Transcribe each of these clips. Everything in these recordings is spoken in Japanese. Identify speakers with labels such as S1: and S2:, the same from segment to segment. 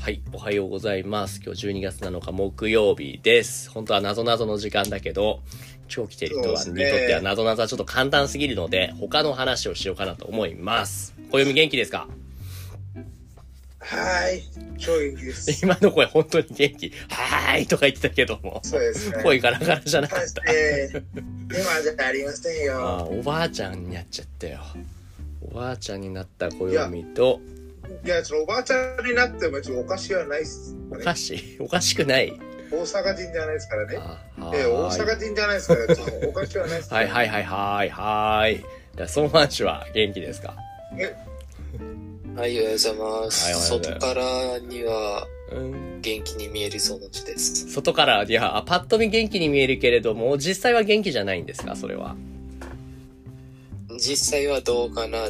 S1: はい、おはようございます。今日12月7日木曜日です。本当は謎々の時間だけど、今日来てる人は
S2: そう
S1: に
S2: ですね
S1: とっては謎々はちょっと簡単すぎるので、他の話をしようかなと思います。小読み元気ですか
S2: はい。超元気 です。
S1: 今の声本当に元気。はーいとか言ってたけども、
S2: そうですね。
S1: 声ガラガラじゃなかっ
S2: 大
S1: た。
S2: して、今じゃありません
S1: あ
S2: よ。
S1: ーおばあちゃんになっちゃったよ。おばあちゃんになった小読みと、
S2: いや、ちょっとおばあちゃんになっても、ちょっとおかしいはないっす、
S1: お
S2: ね。
S1: かしいおかしくない
S2: 大阪人じゃないですからね。
S1: あ
S2: ええ大
S1: はーい
S2: 阪人じゃないですから、ちょっとおかしいはないっす、。
S1: はいはいいはいはいはい。じゃあ、ソンファン氏は元気ですか
S3: はい、おはようござ
S1: は
S3: います。
S1: いおはようござい
S3: 外
S1: ます
S3: からには
S1: うん。
S3: 元気に見えるそうな字です。
S1: 外から、いや、パッと見元気に見えるけれども、実際は元気じゃないんですかそれは。
S3: 実際はどうかな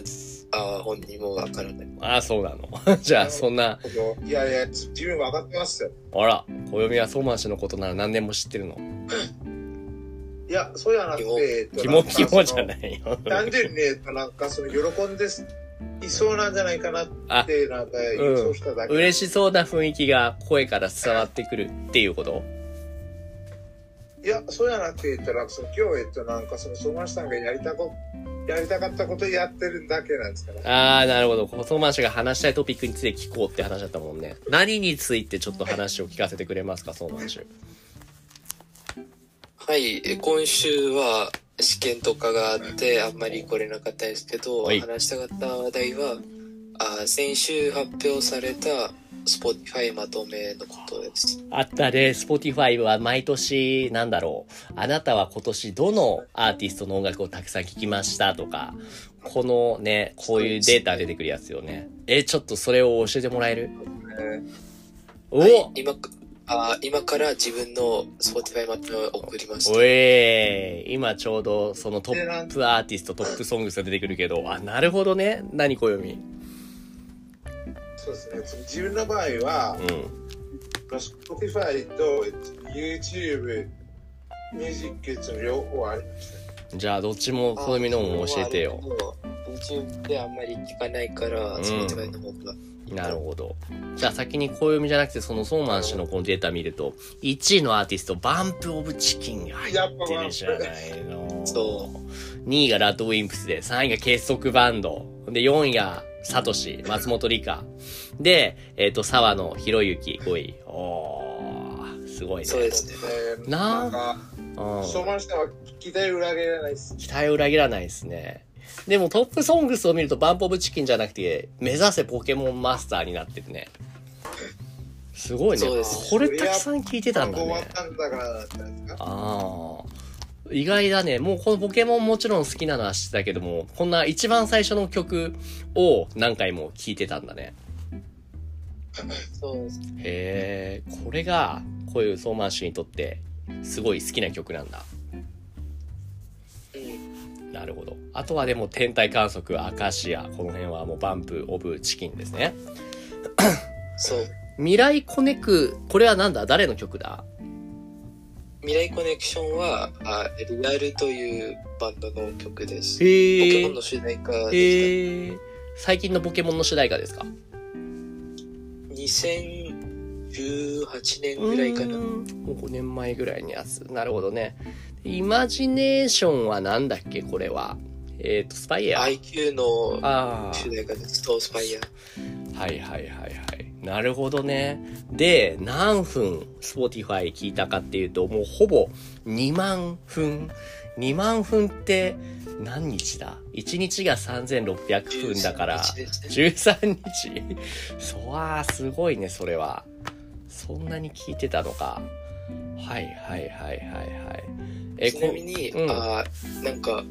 S3: あ本人もわからない。
S1: ああ、そうなの。 じゃあ、そんな、
S2: いやいや、自分分かってますよ。
S1: あら、暦はソンファン氏のことなら何でも知ってるの。
S2: いや、そうじゃなくて、
S1: キモキモじゃ
S2: い。
S1: ないよ。
S2: 単純にね、なんかその喜んです。いそうなんじゃないかなって、なんか予想しただけ。
S1: 嬉しそうな雰囲気が声から伝わってくるっていうこと
S2: いや、そうじゃなくて言ったら、その今日、えっと、なんか、その、相馬さんがやりたこ、やりたかったことやってるだけなんですから。
S1: ああ、なるほど。ソンファン氏が話したいトピックについて聞こうって話だったもんね。何についてちょっと話を聞かせてくれますか、ソンファン氏。
S3: はい、え今週は試験とかがあって、あんまり来れなかったですけど、
S1: はい
S3: 話したかった話題は、あ先週発表された Spotify まとめのことです。
S1: あったね。Spotify は毎年、なんだろう。あなたは今年どのアーティストの音楽をたくさん聴きましたとか、このね、こういうデータ出てくるやつよね。え、ちょっとそれを教えてもらえる
S2: え
S1: お、
S3: はい、今かあ今から自分の Spotify まとめを送りました
S1: お。えー、今ちょうどそのトップアーティスト、トップソングスが出てくるけど、あ、なるほどね。何小読み
S2: そうですね。その自分の場合は、
S1: うん。
S2: Spotify とえっと YouTube、ミュージックっていうの両方ありまし
S1: じゃあ、どっちも小読みのも教えてよ。。
S3: YouTube であんまり聞かないから、
S1: うん
S3: Spotify の方が。
S1: なるほど。じゃあ先に暦じゃなくて、そのソーマン氏のこのデータ見ると、1位のアーティスト、バンプ・オブ・チキンが入ってるじゃないの。。
S3: そう
S1: 2位がラッドウィンプスで、3位が結束バンド。で、4位がサトシ、松本里香。で、えっ、と、沢野博之、5位。おー、すごいね。
S3: そうですね。
S2: た。で
S1: なあ
S2: んか、
S1: うん。
S2: 相馬さんは聞きたい裏切らないです。
S1: 期待を裏切らないですね。でもトップソングスを見るとバンプオブチキンじゃなくて、目指せポケモンマスターになってるね。すごいね
S3: そうです。
S1: これたくさん聞いてたんだ
S2: 終わっ
S1: ね。
S2: たんだからなんじゃないですか。
S1: ああ。意外だね。もうこのポケモンもちろん好きなのは知ってたけども、こんな一番最初の曲を何回も聞いてたんだね。
S3: そうですね。
S1: へえ、これが、こういうソーマン氏にとって、すごい好きな曲なんだ。なるほど。あとはでも天体観測、アカシア、この辺はもうバンプ・オブ・チキンですね。
S3: そう。
S1: 未来コネク、これはなんだ誰の曲だ
S3: 未来コネクションは、あリアルというバンドの曲です。ポケ
S1: へ
S3: モンの主題歌でし
S1: へえ。最近のポケモンの主題歌ですか
S3: た。2018年ぐらいかな。
S1: 5年前ぐらいのやつ。なるほどね。イマジネーションはなんだっけこれは。えっ、と、スパイエア。
S3: IQ の
S1: あー
S3: 主題歌です。トースパイア。
S1: はいはいはいはい。なるほどね。で、何分 Spotify 聞いたかっていうと、もうほぼ2万分。2万分って何日だ ?1 日が3600分だから、
S3: 13日ですね
S1: 13日そわー、すごいね、それは。そんなに聞いてたのか。はいはいはいはいはい。え
S3: ちなみに、
S1: こうん
S3: あなんか、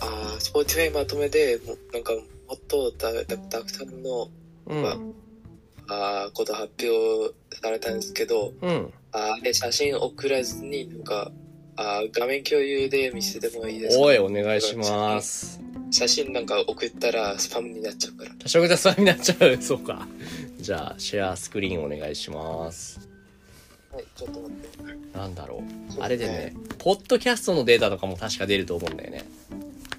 S3: あスポーティファイまとめでも、なんか、もっとたたたくさんの
S1: うん。
S3: あーこと発表されたんですけど、
S1: うん。
S3: あーで写真送らずに、なんか、あー画面共有で見せてもいいですか
S1: おい、お願いします。
S3: 写真なんか送ったらスパムになっちゃうから。
S1: 多少が雑談になっちゃう。そうか。じゃあ、シェアスクリーンお願いします。
S3: はい、ちょっと待って。
S1: なんだろう。あれでね、ポッドキャストのデータとかも確か出ると思うんだよね。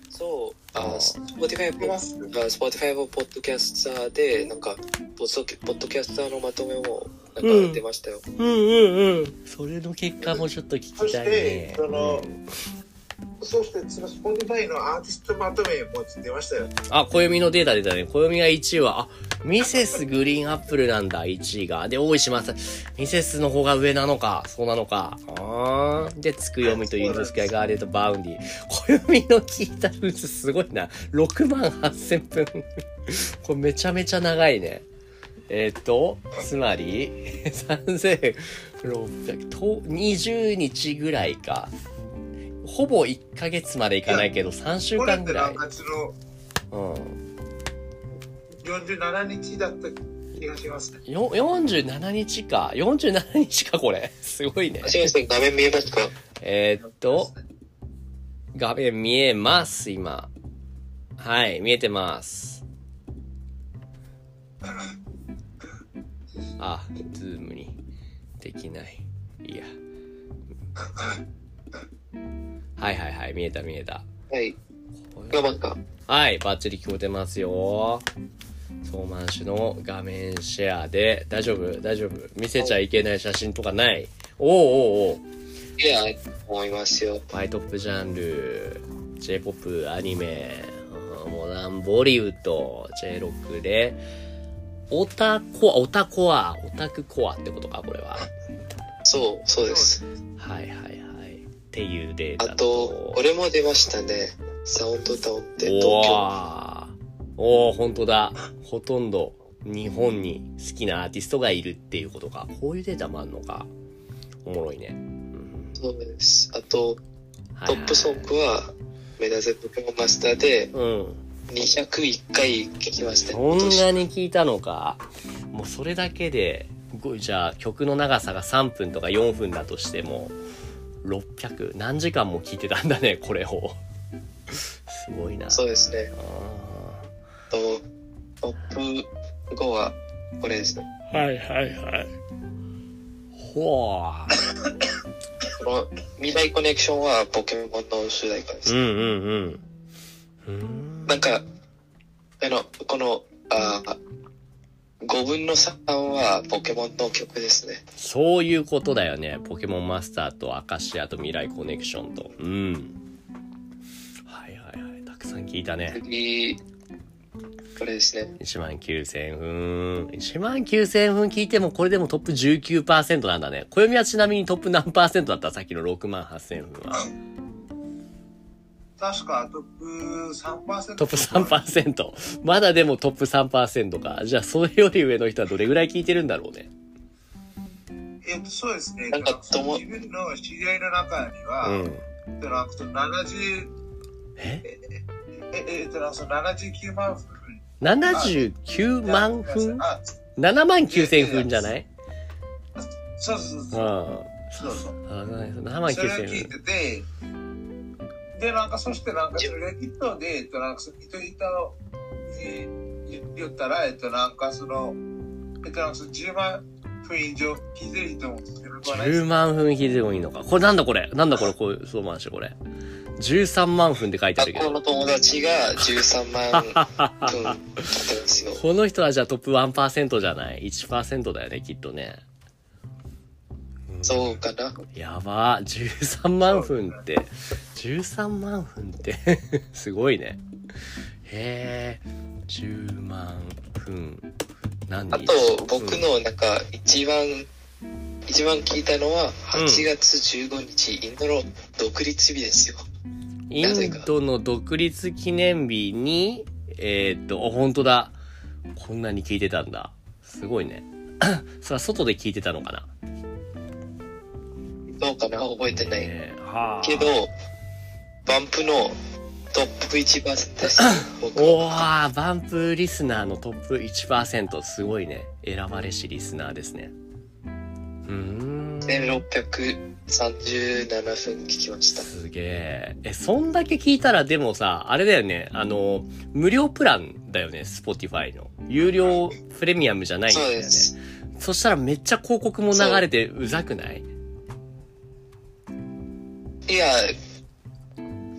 S3: そう、あ
S1: あー
S3: Spotify
S2: て
S3: ポ
S2: ます
S3: あ Spotify もポッドキャスターで、なんか、ポッドキポッドキャスターのまとめも、なんか出ましたよ。
S1: うんうんうんそれの結果もちょっと聞きたいね
S2: そしてその
S1: うん
S2: そしてその Spotify のアーティストまとめも出ましたよ
S1: あ暦のデータ出たね暦が1位はあミセスグリーンアップルなんだ1位がで大石正ミセスの方が上なのかそうなのかあーでつくよみとインドスカイガーデンとバウンディ暦の聞いたルーツすごいな6万8000分 これめちゃめちゃ長いねえーっと、つまり、3600と、20日ぐらいか。ほぼ1ヶ月までいかないけど、3週
S2: これ
S1: 間
S2: って
S1: ぐらい
S2: 何。月
S1: う
S2: の
S1: ん。
S2: 47日だった気がしますね
S1: よ47日か。47日か、これ。 すごいね。
S3: すみません、画面見えますか
S1: えーっと、画面見えます、今。はい、見えてます。あ、ズームにできない。いや。はいはいはい、見えた見えた。
S3: はい。画面か。
S1: はい、バッチリ聞こえてますよ。ソーマン氏の画面シェアで、大丈夫大丈夫見せちゃいけない写真とかないおうおうおう
S3: いや、思いますよ。
S1: バイトップジャンル、J-POP、アニメ、うんモダンボリウッド、J-ROCK で、オタコア、オタコア、オタクコアってことか、これは。
S3: そう、そうです。
S1: はいはいはい。っていうデー
S3: あ
S1: タ
S3: と、これも出ましたね。サウンドタウンって、東
S1: お
S3: 京。
S1: ーおー本当だほとんど日本に好きなアーティストがいるっていうことかこういうデータもあんのかおもろいね、うん
S3: そうです。あと、
S1: はい
S3: ト
S1: はい
S3: ップソングは、目指せ東京マスターで、
S1: うん
S3: 201回聞きましたね。
S1: そんなに聞いたのかもうそれだけでごじゃあ曲の長さが3分とか4分だとしても600何時間も聞いてたんだねこれをすごいな
S3: そうですね。
S1: あ
S3: と、トップ5は、これですね。
S1: ーはいはいはいほあ
S3: この、未来コネクションは、ポケモンの主題歌で
S1: う
S3: す。
S1: んうんうん。うん
S3: なんか、あの、この、あ5分の3は、ポケモンの曲ですね。
S1: そういうことだよね。ポケモンマスターとアカシアと未来コネクションと。うん。はいはいはい。たくさん聞いたね。
S3: 次、これですね。
S1: 1万9000分。1万9000分聞いても、これでもトップ19%なんだね。暦はちなみにトップ何パーセントだったさっきの6万8000分は。
S2: 確かトップ3%
S1: トップ3%。まだでもトップ3%か。じゃあ、それより上の人はどれぐらい聞いてるんだろうね。
S2: えっとそうですね
S3: なんか
S2: その
S3: 友
S2: 自分の知り合いの中には、
S1: うん。
S2: えっとなんかその70
S1: え
S2: ええっとなんかその79万分
S1: ?79 万分
S2: あ
S1: ?7 万9000分じゃない
S2: そうそうそう
S1: う
S2: そ
S1: ん。
S2: う
S1: あ
S2: そうそう
S1: 7万
S2: それを聞い
S1: 9000
S2: ててでなんかそしてなんかそれレディットでえっとなんかその糸板をえー言ったらえっとなんかそのえっとなんかその10万分以上聞いてる人もいる
S1: 分。
S2: から
S1: 10万分聞いてもいいのか。これなんだこれなんだこれこう、そうなんしこれ。13万分って書いてある
S3: 学
S1: け
S3: 校
S1: ど。
S3: の友達が13万分、買って ますよ。
S1: この人はじゃあトップ1%じゃない ?1% だよね、きっとね。
S3: そうかな。
S1: やば。13万分って。13万分って。 すごいね。へえ。10万分。何
S3: あと、僕の、なんか、一番、一番聞いたのは、8月15日、インドの独立日ですよ。
S1: インドの独立記念日に、えーっと、あ本当だ。こんなに聞いてたんだ。すごいね。 それは外で聞いてたのかな
S3: どうかな覚えてない。
S1: えーはあ。
S3: けど、バンプのトップ1%です。 僕
S1: おわーバンプリスナーのトップ1%。すごいね。選ばれしリスナーですね。うーん。
S3: 1637分聞きました。
S1: すげえ。え、そんだけ聞いたらでもさ、あれだよね。あの、無料プランだよね。Spotify の。有料プレミアムじゃないんだ
S3: そう
S1: よね。
S3: です。
S1: そしたらめっちゃ広告も流れてうざくない
S3: いや、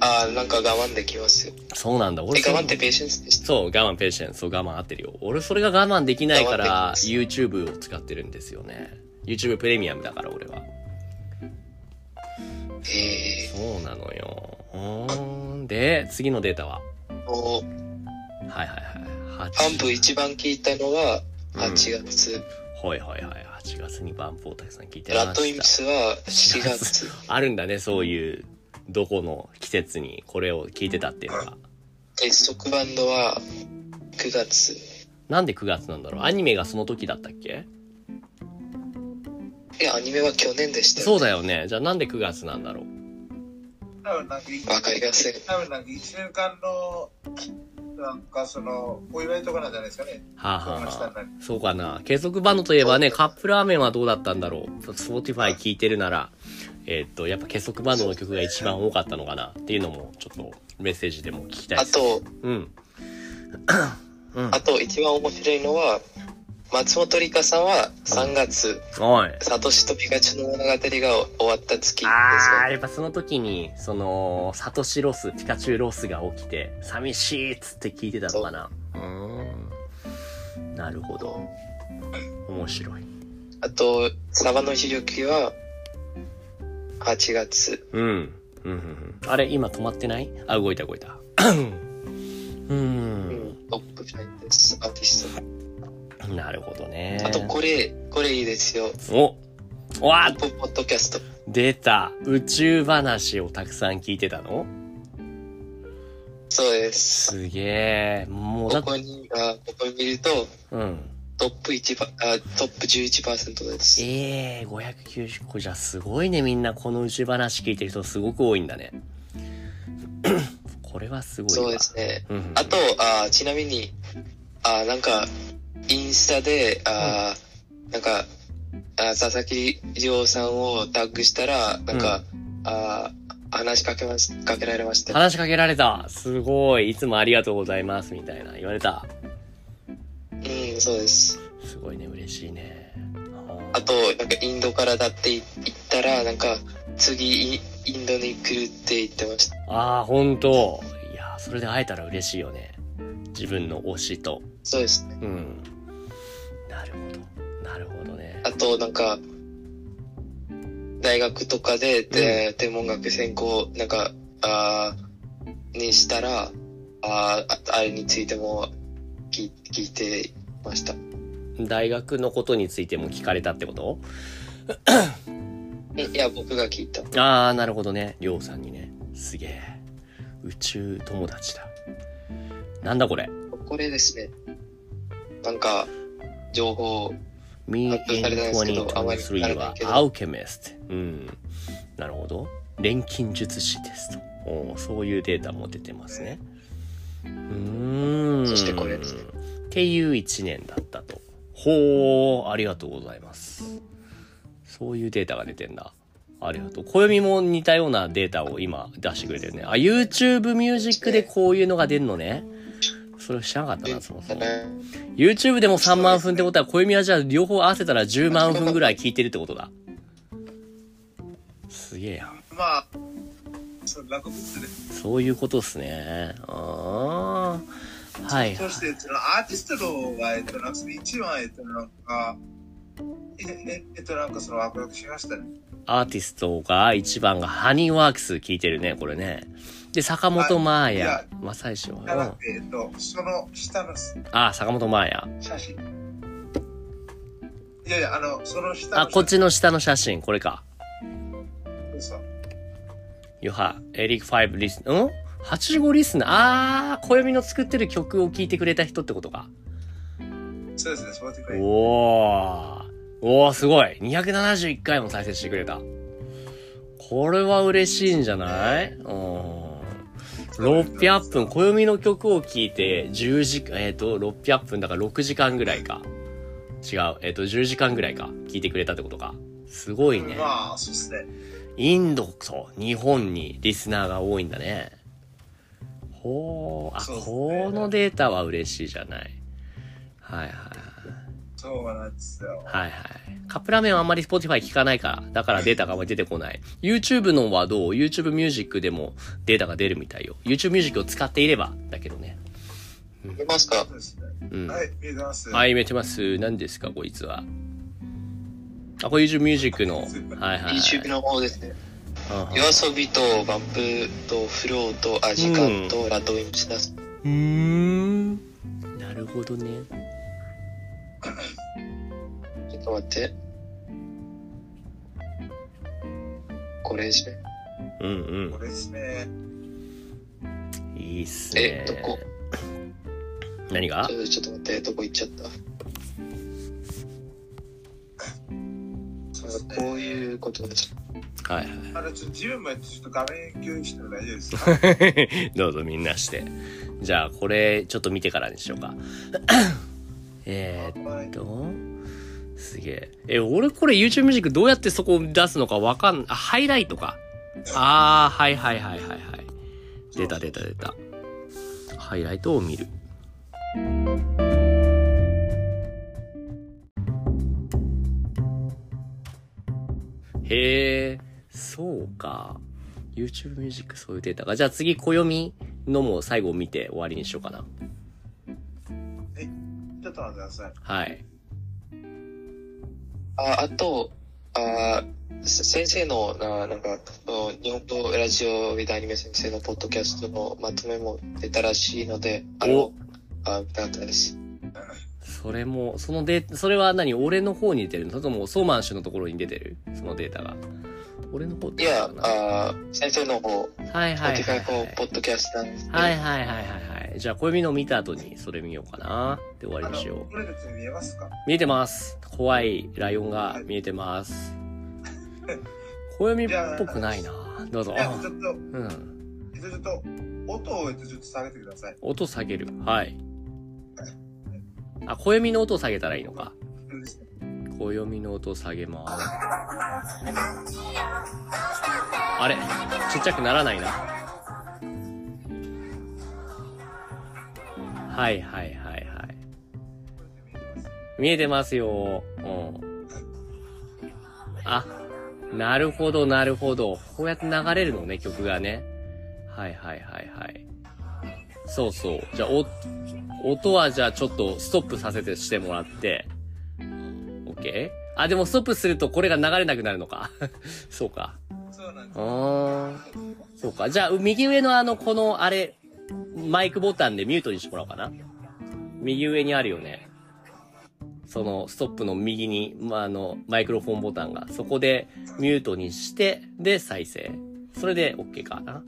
S3: ああ、なんか我慢できますよ。
S1: そうなんだ。俺
S3: え、
S1: それ
S3: 我慢ってペーシェンスでした。
S1: そう、我慢、ペーシェンス。そう、我慢合ってるよ。俺、それが我慢できないか
S3: 我慢
S1: ら、
S3: でき
S1: YouTube を使ってるんですよね。YouTube プレミアムだから、俺は。
S3: え
S1: そうなのよ。うーん。で、次のデータは
S3: ー、もう、
S1: はいはいはい。
S3: バンプ
S1: 8。
S3: 一番聞いたのは
S1: うん
S3: 8月、
S1: はいはいはい。8月にバンプをたくさん聞いてました。
S3: ラッドインプスは4月。
S1: あるんだね、そういう、どこの季節にこれを聞いてたっていうのが。
S3: 鉄則バンドは9月。
S1: なんで9月なんだろうアニメがその時だったっけ
S3: いや、アニメは去年でした
S1: そう
S3: よ、
S1: だよね。じゃあなんで9月なんだろう
S2: 多分なんか
S3: わかりません。
S2: 多分なんか1年間のなんかそのお祝いとかなんじゃないですかね
S1: はあ、はあ
S2: わかりました
S1: はあ、そうかな。継続バンドといえばね、カップラーメンはどうだったんだろう。スポティファイ聞いてるなら、えーっと、やっぱ結束バンドの曲が一番多かったのかなっていうのも、ちょっとメッセージでも聞きたい
S3: あ
S1: です。
S3: と、
S1: うん。うん。
S3: あと一番面白いのは、松本里香さんは3月、
S1: おい。
S3: サトシとピカチュウの物語が終わった月ですよ
S1: あー、やっぱその時に、その、サトシロス、ピカチュウロスが起きて、寂しいっつって聞いてたのかな。うーん。なるほど。面白い。
S3: あと、サバの日力は8月。
S1: うん。うんうんうん。あれ、今止まってないあ、動いた動いた。う。
S3: うんん、トップ5です、アーティスト。
S1: なるほどね。
S3: あと、これ、これいいですよ。
S1: おおわ
S3: ポポッドキャスト。
S1: 出た宇宙話をたくさん聞いてたの
S3: そうです。
S1: すげえ。もうだ
S3: こ
S1: って、
S3: こに、あここに見ると、
S1: うん。
S3: トップ1パ、あトップ11%です。
S1: ええ590個じゃすごいねみんなこの宇宙話聞いてる人すごく多いんだねこれはすごいわ
S3: そうですね。
S1: うん
S3: あと、あちなみに、あなんか、インスタで、あなんか、あ佐々木亮さんをタッグしたら、なんか、あ話しかけます、かけられました。
S1: 話しかけられたすごいいつもありがとうございますみたいな言われた
S3: うん、そうです。
S1: すごいね嬉しいね
S3: あと、なんかインドからだって言ったら、なんか、次イン、インドに来るって言ってました。
S1: ああ本当いやーそれで会えたら嬉しいよね自分の推しと
S3: そうですね。
S1: うんなるほどなるほどね
S3: あと、なんか、大学とかで、で天文学専攻、なんか、あーにしたら、あーああれについても聞い聞いてました。
S1: 大学のことについても聞かれたってこと
S3: いや、僕が聞いた。
S1: ああなるほどねりょうさんにねすげえ宇宙友達だなんだこれ
S3: これですね。なんか、情報、
S1: Me
S3: 発表されたんですけどあまり聞か
S1: 2023
S3: れない
S1: は
S3: けど
S1: Alchemist うんなるほど錬金術師ですとおーそういうデータも出てますねうーん
S3: そしてこれですね
S1: っていう一年だったとほうありがとうございますそういうデータが出てんだありがとう暦も似たようなデータを今出してくれてるねあ YouTube ミュージックでこういうのが出るのねそれ知らなかったなそもそも YouTube でも3万分ってことは、小弓はじゃあ両方合わせたら10万分ぐらい聞いてるってことだ。すげえやん。
S2: まあその落語ですね
S1: そういうことっすね。あー。はい。
S2: そして、そのアーティストのが、えっと、なんかその一番、えっと、なんか、え、え、えっと、なんかそのワクワクしましたね。
S1: アーティストが1番がハニーワークス聞いてるね、これね。で、坂本真
S2: いや
S1: 綾。正石
S2: じゃな
S1: は
S2: く。て、えっと、その下の
S1: あー、坂本真綾。
S2: 写真。いやいや、あの、その下の
S1: あ、こっちの下の写真、これか。
S2: そう
S1: よは、エリック5リス、ん ?85 リスナー。あー、小弓の作ってる曲を聞いてくれた人ってことか。
S2: そうですね、スポーティファイ。
S1: おー。おー、すごい。271回も再生してくれた。これは嬉しいんじゃないうん。600分、暦の曲を聴いて、10時間、えっ、と、600分だから6時間ぐらいか。違う、えっ、と、10時間ぐらいか。聴いてくれたってことか。すごいね。
S2: まあ、そうですね。
S1: インドと日本にリスナーが多いんだね。ほー、あ、
S2: そうっすね
S1: このデータは嬉しいじゃない。はいはいはい。
S2: そうなんですよ。
S1: はいはい。カップラーメンはあんまり Spotify 聞かないから、だからデータがあんまり出てこない。YouTube のはどう ?YouTube ミュージックでもデータが出るみたいよ。YouTube ミュージックを使っていれば、だけどね。
S3: 出ますか
S2: そうですね。
S1: うん。
S2: はい、見えてます。。
S1: はいい、見えてます。何ですか、こいつは。あ、これ YouTube ミュージックの。はいはい。
S3: ?YouTube の方ですね。
S1: うん
S3: 夜遊びとバップとフローとアジカンとラドウィンシナス。
S1: うーん。なるほどね。
S3: ちょっと待って。これですね。
S1: うん
S2: これですね。
S1: うん。いいっすね。
S3: えどこ
S1: 何が
S3: ちょちょっと待って、どこ行っちゃった。あこういうことです。
S1: はい
S2: あの、ちょっと自分もやって、ちょっと画面共有しても大丈夫ですか
S1: はい。どうぞみんなして。じゃあ、これ、ちょっと見てからにしようか。えーっ
S2: はい
S1: と、すげえ。え、俺これ YouTube ミュージックどうやってそこ出すのかわかん、あ、ハイライトか。あー、はいはいはいはいはい。出た出た出た。ハイライトを見る。へえ、そうか。YouTube ミュージックそういうデータが。じゃあ次、暦のも最後見て終わりにしようかな。
S2: ちょっと待ってください。
S1: はい。
S3: あ、あと、あせ先生の、あなんか、その日本語ラジオウィダアニメ先生のポッドキャストのまとめも出たらしいので、あの
S1: お、
S3: あ見たかったです。
S1: それも、そのデータ、それは何俺の方に出てるのそれとも、ソーマン氏のところに出てるそのデータが。俺の方って
S3: い
S1: こ
S3: や
S1: と、か
S3: あ先生の方、
S1: なはいはいはい
S3: Spotify
S1: は
S3: の
S1: い。
S3: ポッドキャストなんですけど
S1: はいはいはいはいはい。じゃあ、暦の見た後にそれ見ようかな。で終わ
S2: あ
S1: りにしよ
S2: の、
S1: う。
S2: これ別に見えますか
S1: 見えてます。怖いライオンが見えてます。暦っぽくないな。どう
S2: い
S1: ぞ。
S2: や、ちょっと、
S1: うん。
S2: ちょっと、音をえっとちょっと下げてください。
S1: 音下げる。はい。あ、暦の音を下げたらいいのか。
S2: そうですね
S1: 暦の音を下げます。あれちっちゃくならないな。はいはいはいはい。
S2: これで見
S1: 見
S2: えてます
S1: えてますよ。うん。あ、なるほど、なるほど。こうやって流れるのね、曲がね。はいはいはいはい。そうそう。じゃあ、お、音はじゃあちょっとストップさせてしてもらって。OK? あ、でもストップするとこれが流れなくなるのか。 そうか。
S2: そうなんです
S1: う。ーん。そうか。じゃあ、右上のあの、この、あれ、マイクボタンでミュートにしてもらおうかな。右上にあるよね。その、ストップの右に、まあ、あの、マイクロフォンボタンが。そこでミュートにして、で、再生。それで OK かな。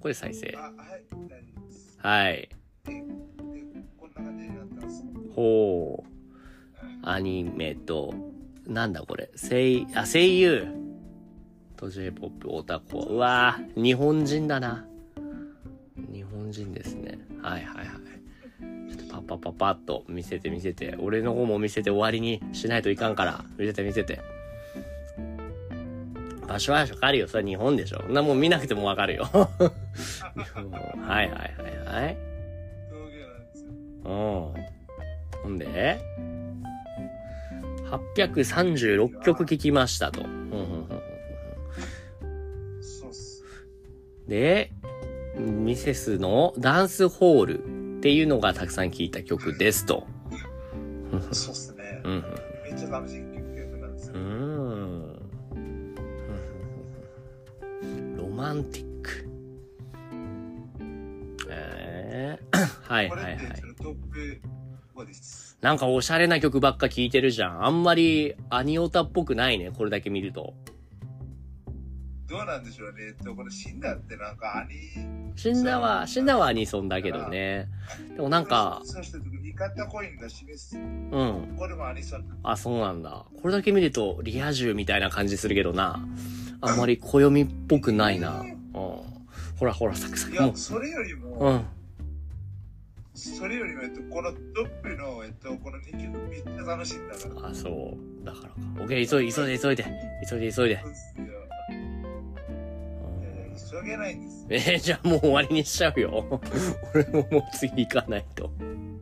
S1: これ再生
S2: あ、。はい、大丈夫です。
S1: はい。
S2: で、でこんな感じになってます。
S1: ほう。アニメと、なんだこれ。声優、あ、声優。と J-POP オタコ。うわぁ、日本人だな。日本人ですね。はいはいはい。ちょっとパッパッパッパッと見せて見せて。俺の方も見せて終わりにしないといかんから。見せて見せて。場所はわかるよ。それは日本でしょ。そんなもん見なくてもわかるよ。 日本はいはいはいはい。
S2: 道具なんですよ。
S1: うん。ほんで、836曲聴きましたと。うんうんうん
S2: そうっす。
S1: うんで、ミセスのダンスホールっていうのがたくさん聴いた曲ですと。
S2: そうっすね
S1: う。ん
S2: めっちゃ楽しい曲なんです
S1: うんう
S2: よ。
S1: ん。うーん。ロマンティック。えー、はい
S2: こ
S1: はい
S2: れ
S1: はい
S2: ってち。ょっとトップ5です。
S1: なんかおしゃれな曲ばっか聴いてるじゃん。あんまりアニオタっぽくないね、これだけ見ると。
S2: どうなんでしょうね。えっと、これ死んだってなんかアニ
S1: 死んだは、死んだはアニソンだけどね。でもなんか、
S2: そして味方コインが示す。
S1: うん。
S2: これもアニソン。
S1: あ、そうなんだ。これだけ見ると、リア充みたいな感じするけどな。あんまり暦っぽくないな。うん。ほらほら、サクサ
S2: い
S1: ク
S2: や
S1: も、。
S2: それよりも、
S1: うん。
S2: それよりも、えっと、このトップの、えっと、この2曲めっちゃ楽しいんだから。
S1: あ、そう。だからか。オッケー、急いで、急いで、急いで。急いで、急いで
S2: そう。っすよ。
S1: うん
S2: えー急げないんです。
S1: えーじゃあもう終わりにしちゃう よ。俺ももう次行かないと。うん。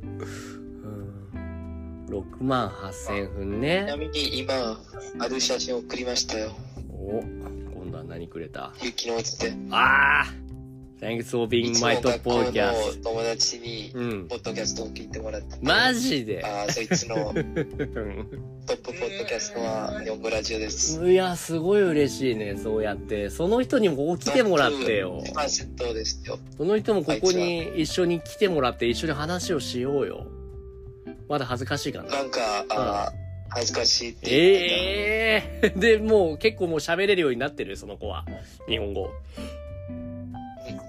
S1: 6万8000分
S3: ちな
S1: ね。
S3: みに今、ある写真送りましたよ。
S1: お、今度は何くれた
S3: 雪の落ちて。
S1: ああ !Thanks for
S3: い
S1: being
S3: つ
S1: my
S3: も
S1: top
S3: 学校の
S1: podcast.
S3: 友達に
S1: う、ん
S3: ポ。ッドキャストを聞いてもらって。
S1: マジで
S3: あーそいつの トップポッドキャストは日本語ラジオです。
S1: いや、すごい嬉しいね、そうやって。その人にも来てもらってよ。
S3: パーセントですよ。
S1: その人もここに一緒に来てもらって一緒に話をしようよ。まだ恥ずかしいかな。
S3: なんか、あー恥ずかしいって言ってた。
S1: ええー、で、もう結構もう喋れるようになってる、その子は。日本語。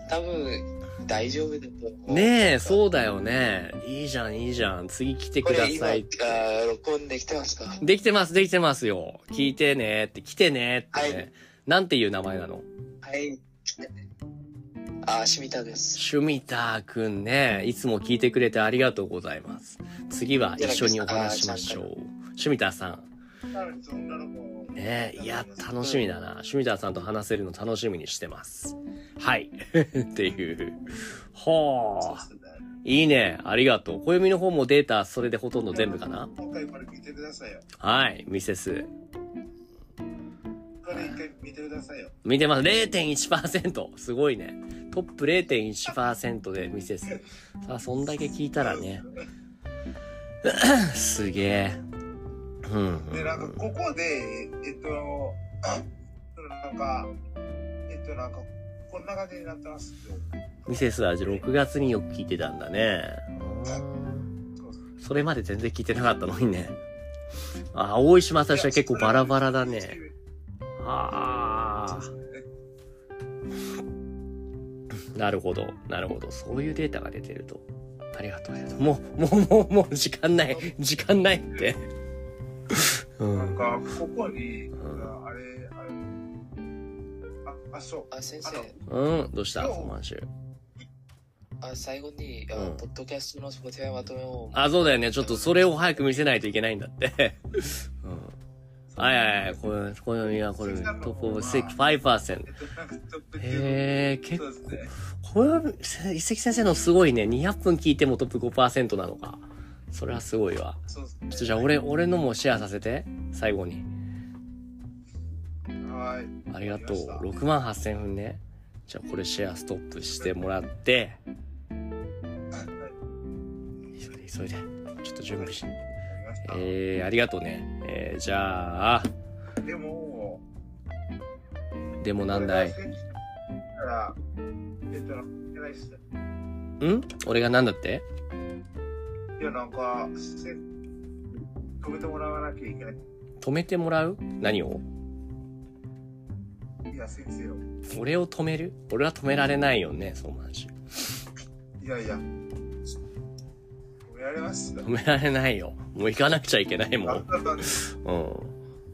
S3: 多分大丈夫だと思う。
S1: ねえ、そうだよね。いいじゃん、いいじゃん。次来て
S3: こ
S1: くだ
S3: れ今、あ
S1: さい。
S3: ー録音できてますか
S1: できてます、できてますよ。聞いてねって、来てねって、ね
S3: はい
S1: なんていう名前なの
S3: はい。あー、しみたです。
S1: シュミターくんね、いつも聞いてくれてありがとうございます。次は一緒にお話しましょう。シュミターさん。
S2: 彼女女の子
S1: ねいや、楽しみだな。シュミターさんと話せるの楽しみにしてます。はい。 っていう。
S2: そう
S1: はあ。
S2: ですね
S1: いいね。ありがとう。暦の方もデータ、それでほとんど全部かな。
S2: 今回これ見てくださいよ。
S1: はい。ミセス。
S2: これ一回見てくださいよ。
S1: 見てます。0.1%。すごいね。トップ0.1%でミセス。さあ、そんだけ聞いたらね。すげえ。うん、う
S2: で、なんか
S1: ん。
S2: ここで、えっと、なんか、えっと、なんか、こんな感じになってますって。
S1: ミセスは6月によく聞いてたんだね。
S2: そうそう
S1: それまで全然聞いてなかったのにね。あ、大石正義は結構バラバラだね。ああ。なるほど、なるほど。そういうデータが出てると。ありがとう、ありがとう。もう、もう、もう、もう、時間ない。時間ないって。う
S2: なん
S1: ん。
S2: か、ここに、
S1: ん
S2: あれ、あれ、あ、あ、そう。
S3: あ、先生、
S1: うん、どうしたコマンシュ。
S3: あ最後に、あ
S1: うん
S3: ポッドキャストの Spotify まとめを。
S1: あ、そうだよね。ちょっとそれを早く見せないといけないんだって。うん。はいはいはい。これ、これ、いや、これ、トップオブ6、5%
S2: え。っと、なんか、ちょっと、
S1: へえ、結
S2: そう
S1: 構
S2: ですね。
S1: これは、せ一石先生のすごいね、200分聞いてもトップ5%なのか。それはすごいわ。
S2: そうです
S1: ちょ
S2: ね
S1: っ。とじゃあ俺、俺のもシェアさせて、最後に。
S2: はい。
S1: ありがとう
S2: わ。かりまし
S1: 6万8000分ね。じゃあこれシェアストップしてもらって、
S2: たはい
S1: 急いで急いで。ちょっと準備し。
S2: わかりました
S1: えー、ありがとうね。えー、じゃあ、
S2: でも、
S1: でもなんだい
S2: こ。れができたらえっと、なんか、い
S1: ん俺がなんだって
S2: や、なんか、せ止めてもらわなきゃいけない。
S1: 止めてもらう何を
S2: いや、先生よ。
S1: 俺を止める俺は止められないよね、そうマンシュ。
S2: いやいや。止められますよ
S1: 止。められないよ。もう行かなくちゃいけないも
S2: あ
S1: ん
S2: っ。たたんです。
S1: うん。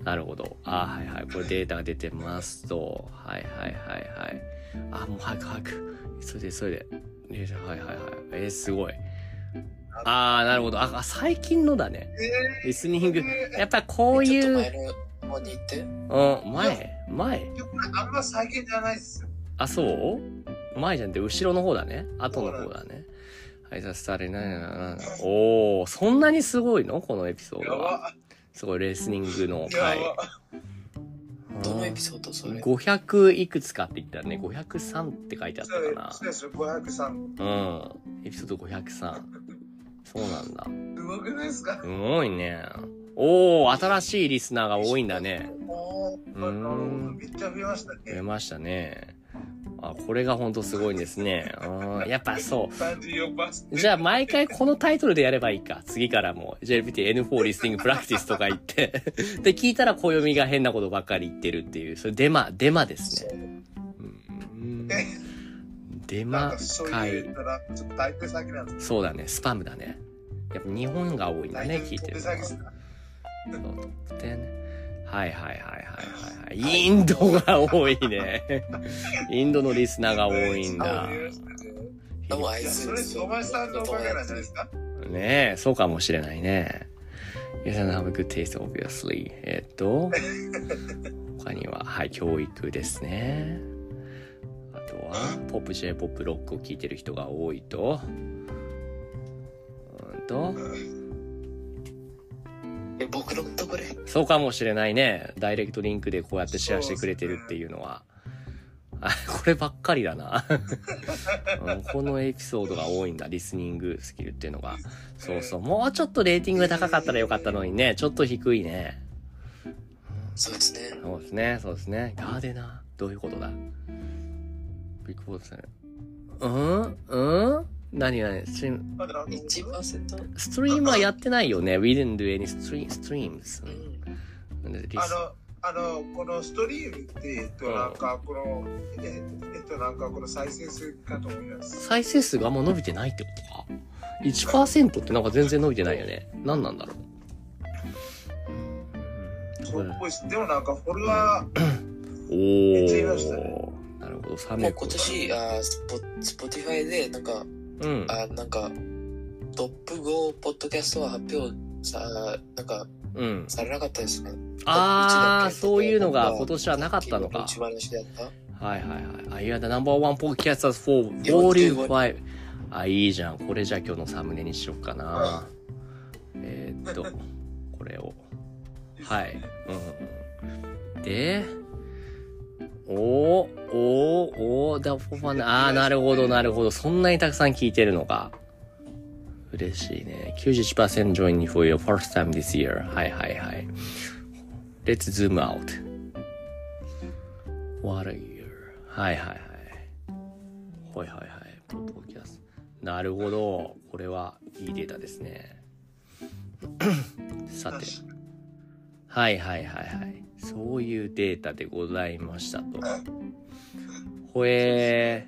S1: なるほど。あはいはい。これデータが出てますと。はいはいはいはい。あ、もう早く早く。急いで急いで。データはいはいはい。えー、すごい。あー、なるほど。あ、あ最近のだね。
S2: え
S1: リスニング。やっぱこうい
S3: ちょ
S1: う、
S3: っと前の方に行って。
S1: うん、前前
S2: ー、これあんま最近じゃないですよ。
S1: あ、そう前じゃなくて、後ろの方だね。後の方だね。挨拶されないな。おー、そんなにすごいのこのエピソー
S2: や
S1: ドは。
S2: ば。
S1: すごい、レスニングの
S2: や
S1: 回。
S2: ば。
S3: どのエピソードそれ
S1: 500いくつかって言ったらね503って書いてあっ
S2: それ
S1: た、か
S2: そうです、503。
S1: なうんエピソード503そうなんだ
S2: すごくないですか
S1: すごいねおお新しいリスナーが多いんだね
S2: おー、
S1: うーん
S2: めっちゃ増えました
S1: 増え
S2: ね。
S1: ましたねあこれがほんとすごいんですねうんやっぱそう
S2: 34%。
S1: じゃあ毎回このタイトルでやればいいか。次からも JLPTN4 リスティングプラクティスとか言って。 で、聞いたら暦が変なことばっかり言ってるっていう。それデマ、デマですね。 うん
S2: え
S1: デ
S2: なん
S1: マ
S2: かそう
S1: 会
S2: いう、なんかちょっと大手先なんです
S1: そうだね、スパムだね。やっぱ日本が多いんだ
S2: 大
S1: ね、
S2: 手
S1: 聞いてるのは。
S2: 先ですか
S1: そうトップ10はいはいはいはいはいはい。インドが多いね。インドのリスナーが多いんだ
S2: あ。増えましたね
S3: どうも、あ
S2: い
S3: い
S2: や、
S3: つ。
S2: それ、小林さんのおかげなんじゃないですか
S1: ねえ、そうかもしれないね。You don't have a good taste, obviously. えっと、他には、はい、教育ですね。あとは、ポップ、J-POP、ロックを聴いてる人が多いと、うんと、
S3: 僕のとこで。
S1: そうかもしれないね。ダイレクトリンクでこうやってシェアしてくれてるっていうのは。あ、こればっかりだな、 うんこのエピソードが多いんだ、リスニングスキルっていうのが。そうそう。もうちょっとレーティングが高かったらよかったのにね。ちょっと低いね。
S3: そうですね。
S1: そうですね、そうですね。ガーデナー、どういうことだビッグボードさん。うんうん何何ストリーム、
S2: まだなんか
S3: 1%?
S1: ストリームはやってないよね。We didn't do any stream, streams.
S3: う
S1: うん
S3: ん。
S1: リス
S2: あの、あの、このストリームって、えっと、
S1: うん
S2: なんか、この、ええっと、なんか、この再生数かと思います。
S1: 再生数があんま伸びてないってことか ?1% ってなんか全然伸びてないよね。何なんだろう
S2: そうっぽいし、でもなんか、フォロワ
S1: お
S2: ー、めっちゃいました
S1: ー
S2: ね。
S1: なるほど、
S3: もう
S1: 300
S3: 今年、あスポ、スポティファイで、なんか、
S1: うん。
S3: あなんか、トップ5ポッドキャストは発表さ、なんか、
S1: うん。
S3: されなかったですね。
S1: あー、そういうのが今年はなかったのか。
S3: 一番の人だった
S1: はいはいはい。I are the number one podcast as for 45. あ、いいじゃん。これじゃあ今日のサムネにしよっかな。えーっと、これを。はい。うん、で、おー、おー、おー、ダフォファン、あー、なるほど、なるほど。そんなにたくさん聞いてるのか。嬉しいね。91% join for your first time this year. はいはいはい。Let's zoom out. What a year. はいはいはい。はいはいはい。ポッドキャストなるほど。これはいいデータですね。さて。はいはいはいはい。そういうデータでございました と。ほえ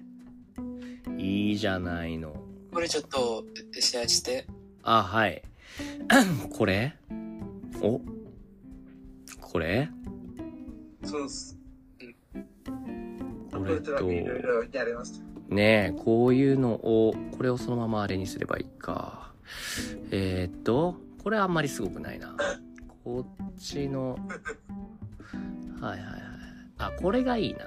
S1: ー。いいじゃないの。
S3: これちょっとシェアして。
S1: あ、はい。 これおこれ
S2: そうっす。
S1: こ
S2: こ
S1: れ
S2: れ
S1: と
S2: と、、いろいろやります。
S1: ねえ、こういうのを、これをそのままあれにすればいいか。えー、っと、これあんまりすごく ないな。こっちの、はいはいはい。あ、これがいいな。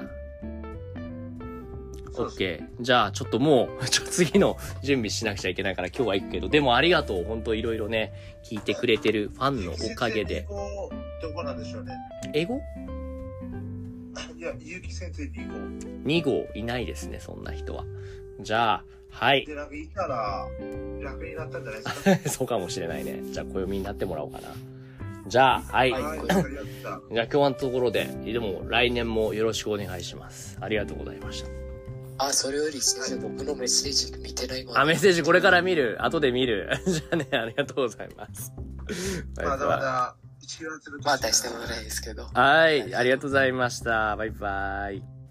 S1: オ
S2: そう
S1: ッ
S2: そう
S1: ケー。じゃあ、ちょっともう、 ちょ次の準備しなくちゃいけないから今日は行くけど、でもありがとう。本当いろいろね、聞いてくれてるファンのおかげで。
S2: こう、どこなんでしょうね。
S1: 英語
S2: いや、ゆうき先生に行こう。
S1: ?2 号いないですね、そんな人は。じゃあ、はい。
S2: で、なんか、いたら、楽になったんじゃないですか。
S1: そうかもしれないね。じゃあ、暦になってもらおうかな。じゃあ、はい。
S3: はい
S2: はい、わかりました。
S1: じゃあ、今日はのところで、でも、来年もよろしくお願いします。ありがとうございました。
S3: あ、それより先生、僕のメッセージ見てないもん
S1: あ、メッセージこれから見る。後で見る。 じゃあね、ありがとうございます。バ
S2: ま
S1: イバ
S2: だまだ、一月の年
S3: まあ大したことないですけど。
S1: イ。はい、ありがとうございました。バイバイ。